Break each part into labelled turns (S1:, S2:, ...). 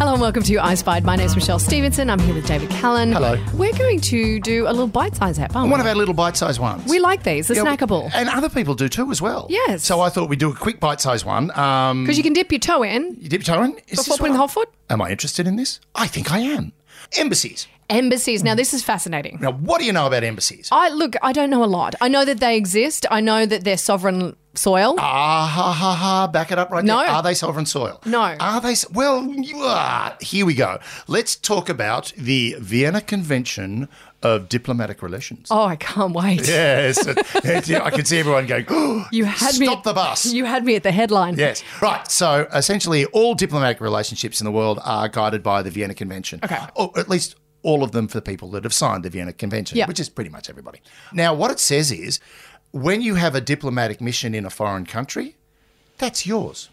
S1: Hello and welcome to I Spied. My name's Michelle Stevenson. I'm here with David Callan.
S2: Hello.
S1: We're going to do a little bite-sized app, aren't
S2: One
S1: we?
S2: of our little bite-sized ones.
S1: we like these, the
S2: Yeah,
S1: snackable.
S2: And other people do too as well.
S1: Yes.
S2: So I thought we'd do a quick bite-sized one. Um,
S1: Because you can dip your toe in
S2: you dip your toe in? Is
S1: before
S2: this what
S1: putting the
S2: I-
S1: whole foot.
S2: Am I interested in this? I think I am. Embassies.
S1: Embassies. Now, this is fascinating.
S2: Now, what do you know about embassies?
S1: I Look, I don't know a lot. I know that they exist. I know that they're sovereign soil.
S2: Ah, ha, ha, ha. Back it up right
S1: No.
S2: there. Are they sovereign soil?
S1: No.
S2: Are they? s- Well, you are. Here we go. Let's talk about the Vienna Convention of Diplomatic Relations.
S1: oh, I can't wait.
S2: Yes. I can see everyone going, oh,
S1: You had
S2: stop
S1: me
S2: the bus.
S1: You had me at the headline.
S2: Yes. Right. So essentially, all diplomatic relationships in the world are guided by the Vienna Convention.
S1: Okay.
S2: Or at least all of them for the people that have signed the Vienna Convention,
S1: Yeah.
S2: which is pretty much everybody. Now, what it says is when you have a diplomatic mission in a foreign country, that's yours.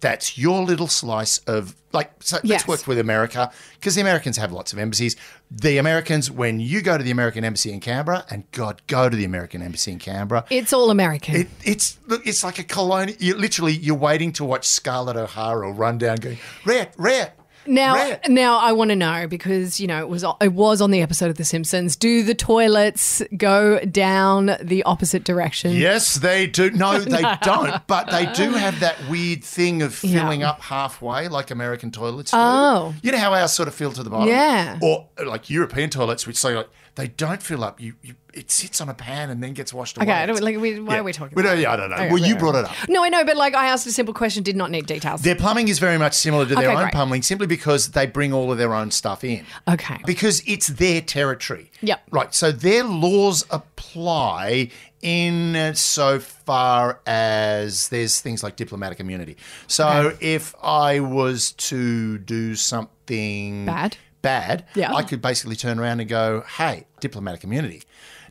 S2: That's your little slice of, like, so
S1: Yes.
S2: let's work with America because the Americans have lots of embassies. The Americans, when you go to the American embassy in Canberra, and God, go to the American embassy in Canberra,
S1: It's all American.
S2: it, it's look, it's like a colonial. You literally you're waiting to watch Scarlett O'Hara run down, going rat rat.
S1: Now,
S2: rat.
S1: now I want to know because you know it was it was on the episode of The Simpsons. Do the toilets go down the opposite direction?
S2: Yes, they do. No, they don't. But they do have that weird thing of
S1: Yeah.
S2: filling up halfway, like American toilets.
S1: Oh.
S2: do. you know how ours sort of fill to the bottom,
S1: Yeah.
S2: or like European toilets, which say like they don't fill up. You, you it sits on a pan and then gets washed away.
S1: Okay, I don't, like we, why
S2: Yeah.
S1: are we talking?
S2: We
S1: about
S2: don't, yeah, I don't know.
S1: Okay,
S2: well, you
S1: whatever.
S2: brought it up.
S1: it? No, I know, but like I asked a simple question, did not need details.
S2: Their plumbing is very much similar to their
S1: Okay,
S2: own
S1: great.
S2: plumbing, simply because they bring all of their own stuff in.
S1: okay,
S2: Because it's their territory.
S1: Yep.
S2: Right. So their laws apply in so far as there's things like diplomatic immunity. So if I was to do something
S1: Bad.
S2: bad,
S1: Yeah.
S2: I could basically turn around and go, hey, diplomatic immunity.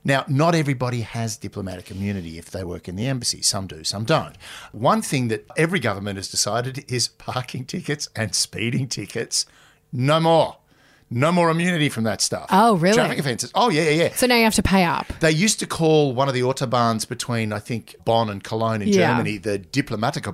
S2: Now, not everybody has diplomatic immunity if they work in the embassy. Some do, some don't. One thing that every government has decided is parking tickets and speeding tickets, no more. No more immunity from that stuff.
S1: Oh, really?
S2: Traffic offences. Oh, yeah, yeah, yeah.
S1: so now you have to pay up.
S2: They used to call one of the autobahns between, I think, Bonn and Cologne in
S1: Yeah.
S2: Germany, the Diplomatica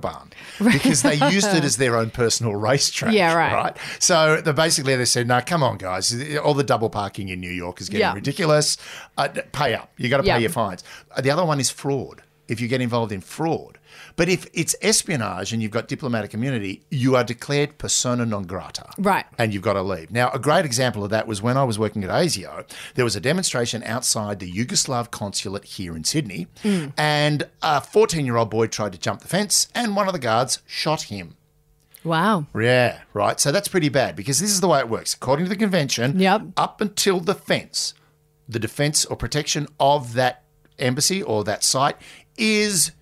S2: Bahn, because they used it as their own personal racetrack.
S1: Yeah, right.
S2: So they basically they said, "No, come on, guys, all the double parking in New York is getting
S1: Yeah.
S2: ridiculous. Uh, pay up. You got to
S1: Yeah.
S2: pay your fines." Uh, The other one is fraud. If you get involved in fraud, but if it's espionage and you've got diplomatic immunity, you are declared persona non grata
S1: Right.
S2: and you've got to leave. Now, a great example of that was when I was working at ASIO, there was a demonstration outside the Yugoslav consulate here in Sydney, and a 14 year old boy tried to jump the fence, and one of the guards shot him.
S1: Wow.
S2: Yeah, right. So that's pretty bad because this is the way it works. According to the convention,
S1: Yep.
S2: up until the fence, the defence or protection of that embassy or that site is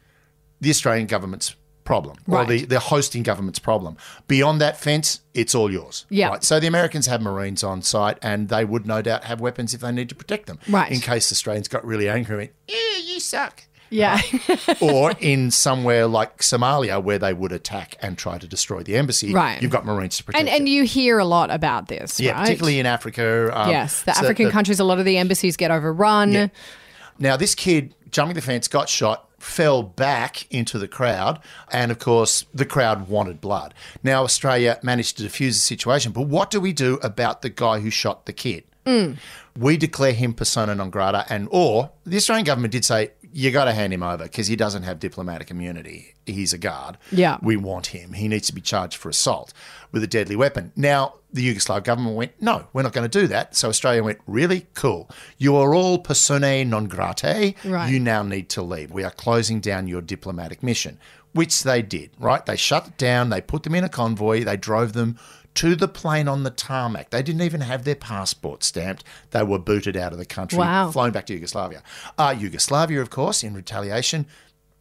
S2: the Australian government's problem or
S1: Right.
S2: the, the hosting government's problem. Beyond that fence, it's all yours.
S1: Yeah.
S2: So the Americans have Marines on site and they would no doubt have weapons if they need to protect them.
S1: Right.
S2: In case Australians got really angry and went, yeah, you suck.
S1: Yeah.
S2: or in somewhere like Somalia where they would attack and try to destroy the embassy.
S1: Right.
S2: You've got Marines to protect
S1: and and
S2: it.
S1: you hear a lot about this,
S2: Yeah,
S1: right?
S2: particularly in Africa. um,
S1: yes, the
S2: so
S1: African countries, a lot of the embassies get overrun.
S2: Now, this kid jumping the fence got shot, fell back into the crowd, and of course, the crowd wanted blood. Now, Australia managed to defuse the situation, but what do we do about the guy who shot the kid?
S1: Mm.
S2: We declare him persona non grata, and or the Australian government did say you got to hand him over because he doesn't have diplomatic immunity. He's a guard.
S1: Yeah.
S2: we want him. He needs to be charged for assault with a deadly weapon. Now, the Yugoslav government went, no, we're not going to do that. So Australia went, really? Cool. You are all personae non gratae.
S1: Right.
S2: You now need to leave. We are closing down your diplomatic mission, which they did, right? They shut it down. They put them in a convoy. They drove them to the plane on the tarmac. They didn't even have their passport stamped. They were booted out of the country,
S1: Wow.
S2: flown back to Yugoslavia. Uh, Yugoslavia, of course, in retaliation,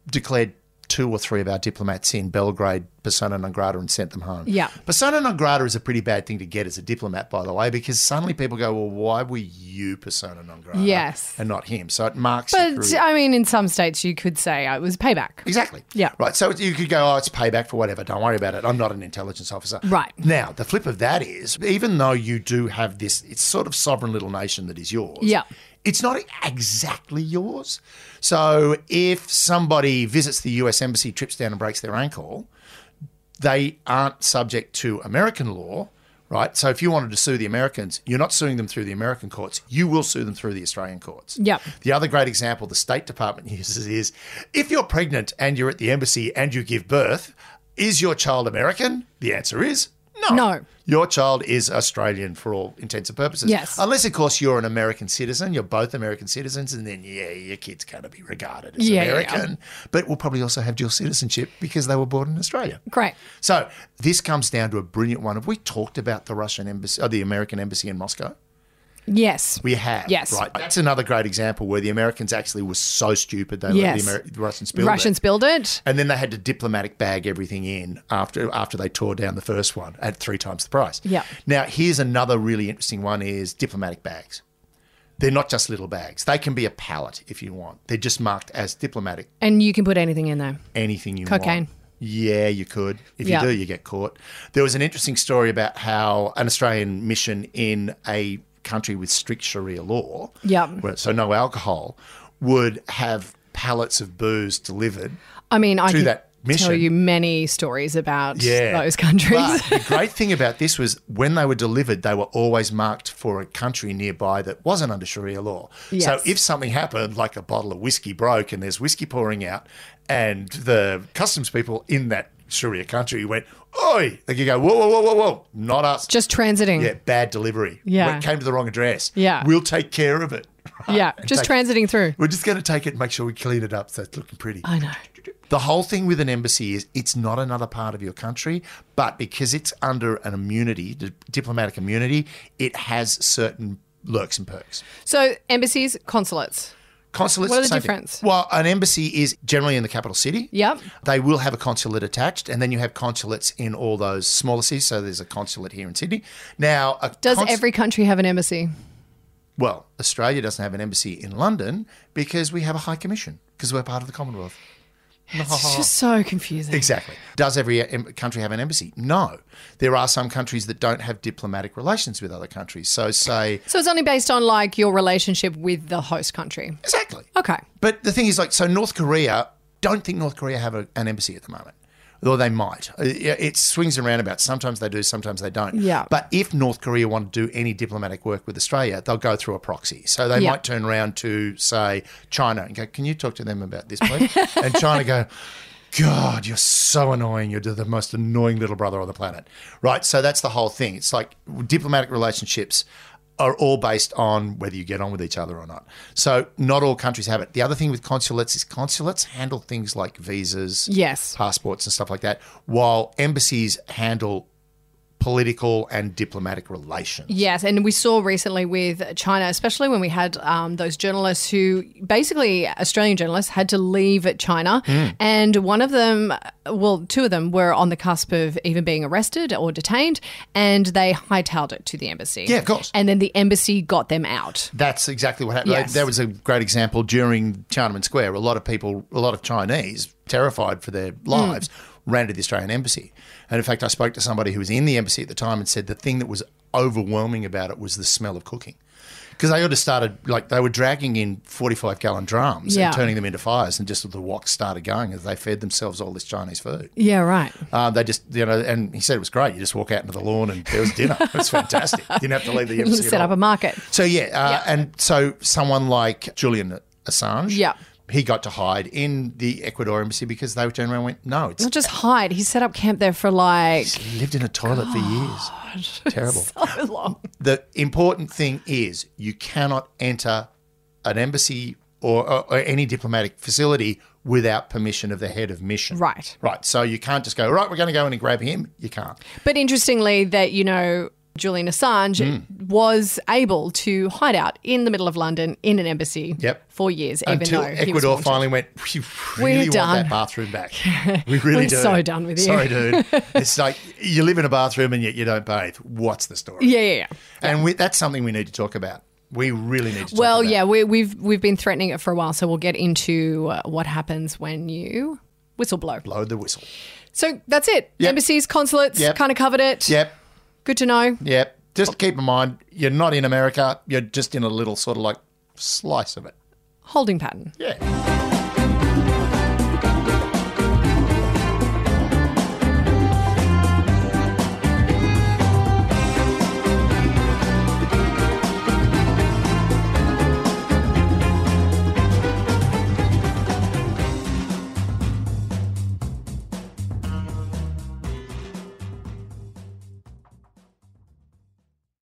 S2: declared two or three of our diplomats in Belgrade persona non grata and sent them home.
S1: Yeah.
S2: Persona non grata is a pretty bad thing to get as a diplomat, by the way, because suddenly people go, well, why were you persona non grata?
S1: Yes.
S2: And not him. So it marks you
S1: But uh,
S2: through-
S1: I mean, in some states, you could say uh, it was payback.
S2: Exactly.
S1: Yeah.
S2: Right. So you could go, oh, it's payback for whatever. Don't worry about it. I'm not an intelligence officer.
S1: Right.
S2: Now, the flip of that is, even though you do have this, it's sort of sovereign little nation that is yours.
S1: Yeah.
S2: It's not exactly yours. So if somebody visits the US embassy, trips down and breaks their ankle, they aren't subject to American law, right? So if you wanted to sue the Americans, you're not suing them through the American courts. You will sue them through the Australian courts.
S1: Yep.
S2: The other great example the State Department uses is if you're pregnant and you're at the embassy and you give birth, is your child American? The answer is no.
S1: No.
S2: Your child is Australian for all intents and purposes.
S1: Yes.
S2: Unless, of course, you're an American citizen, you're both American citizens, and then, yeah, your kid's going to be regarded as
S1: Yeah, yeah, yeah.
S2: American, but will probably also have dual citizenship because they were born in Australia.
S1: Great.
S2: So this comes down to a brilliant one. Have we talked about the Russian embassy, or the American embassy in Moscow?
S1: Yes.
S2: We have.
S1: Yes.
S2: Right. That's another great example where the Americans actually were so stupid they
S1: Yes.
S2: let the, Amer- the Russians build
S1: Russians
S2: it.
S1: build it.
S2: And then they had to diplomatic bag everything in after after they tore down the first one at three times the price.
S1: Yeah.
S2: Now here's another really interesting one: is diplomatic bags. They're not just little bags. They can be a pallet if you want. They're just marked as diplomatic
S1: And you can put anything in there.
S2: anything you want.
S1: Cocaine.
S2: Yeah, you could. If
S1: Yeah.
S2: you do, you get caught. There was an interesting story about how an Australian mission in a country with strict Sharia law,
S1: Yeah.
S2: where- so no alcohol, would have pallets of booze delivered.
S1: I mean, I
S2: To
S1: could
S2: that
S1: tell
S2: mission.
S1: you many stories about
S2: Yeah.
S1: those countries.
S2: But the great thing about this was when they were delivered, they were always marked for a country nearby that wasn't under Sharia law.
S1: Yes.
S2: So if something happened, like a bottle of whiskey broke and there's whiskey pouring out, and the customs people in that Sharia country went, Oi! Like you go, Whoa, whoa, whoa, whoa, whoa, not us.
S1: Just transiting.
S2: yeah, bad delivery.
S1: Yeah.
S2: Well, it came to the wrong address.
S1: Yeah.
S2: We'll take care of it.
S1: Yeah, Just transiting through.
S2: We're just going to take it and make sure we clean it up so it's looking pretty.
S1: I know.
S2: The whole thing with an embassy is it's not another part of your country, but because it's under an immunity, di- diplomatic immunity, it has certain lurks and perks.
S1: So embassies, consulates.
S2: Consulates.
S1: What are the
S2: same thing.
S1: difference?
S2: Well, an embassy is generally in the capital city.
S1: Yep.
S2: They will have a consulate attached, and then you have consulates in all those smaller cities. So there's a consulate here in Sydney. Now, a
S1: Does
S2: cons-
S1: every country have an embassy?
S2: well, Australia doesn't have an embassy in London because we have a high commission because we're part of the Commonwealth.
S1: It's just so confusing.
S2: Uh-huh. Exactly. Does every em- country have an embassy? No. There are some countries that don't have diplomatic relations with other countries. So say
S1: So it's only based on like your relationship with the host country.
S2: exactly.
S1: Okay.
S2: But the thing is, like, so North Korea don't think North Korea have a, an embassy at the moment. Though they might. Uh, yeah, It swings and roundabouts. Sometimes they do, sometimes they don't.
S1: Yeah.
S2: But if North Korea want to do any diplomatic work with Australia, they'll go through a proxy. So they
S1: Yeah.
S2: might turn around to, say, China and go, Can you talk to them about this, please? and China go, God, you're so annoying. You're the most annoying little brother on the planet. Right. So that's the whole thing. It's like diplomatic relationships are all based on whether you get on with each other or not. So not all countries have it. The other thing with consulates is consulates handle things like visas,
S1: Yes.
S2: passports and stuff like that, while embassies handle political and diplomatic relations.
S1: Yes, and we saw recently with China, especially when we had um, those journalists who basically Australian journalists had to leave China,
S2: Hmm.
S1: and one of them, well, two of them were on the cusp of even being arrested or detained, and they hightailed it to the embassy.
S2: Yeah, of course.
S1: And then the embassy got them out.
S2: That's exactly what happened.
S1: Yes.
S2: That was a great example during Tiananmen Square. A lot of people, a lot of Chinese, terrified for
S1: Mm.
S2: their lives, ran to the Australian embassy. And in fact, I spoke to somebody who was in the embassy at the time and said the thing that was overwhelming about it was the smell of cooking. Because they would have started, like, they were dragging in 45 gallon drums
S1: Yeah.
S2: and turning them into fires, and just the wok started going as they fed themselves all this Chinese food.
S1: Yeah, right.
S2: Uh, they just, you know, and he said it was great. You just walk out into the lawn and there was dinner. it was fantastic. You didn't have to leave the embassy. at
S1: Set
S2: all.
S1: up a market.
S2: So yeah, uh,
S1: Yeah.
S2: and so someone like Julian Assange,
S1: Yeah.
S2: he got to hide in the Ecuador embassy because they turned around and went, no, it's
S1: Not just hide. He set up camp there for like
S2: he lived in a toilet for years. Terrible.
S1: so long.
S2: The important thing is you cannot enter an embassy or, or, or any diplomatic facility without permission of the head of mission.
S1: Right.
S2: Right. So you can't just go, right, we're going to go in and grab him. You can't.
S1: But interestingly, that you know, Julian Assange
S2: Hmm.
S1: was able to hide out in the middle of London in an embassy
S2: Yep.
S1: for years, even
S2: Until
S1: though he was
S2: Ecuador
S1: wanted.
S2: finally went, we really want
S1: done.
S2: that bathroom back. We really
S1: We're
S2: do.
S1: so done with you."
S2: Sorry, dude. it's like you live in a bathroom and yet you don't bathe. What's the story?
S1: Yeah, yeah, yeah.
S2: And we, that's something we need to talk about. We really need to talk
S1: Well,
S2: about.
S1: yeah, we, we've we've been threatening it for a while, so we'll get into uh, what happens when you whistleblow.
S2: Blow the whistle.
S1: So that's it.
S2: Yep.
S1: Embassies, consulates,
S2: Yep.
S1: kind of covered it.
S2: Yep.
S1: Good to know.
S2: Yep. Just keep in mind, you're not in America. You're just in a little sort of like slice of it.
S1: Holding pattern.
S2: Yeah.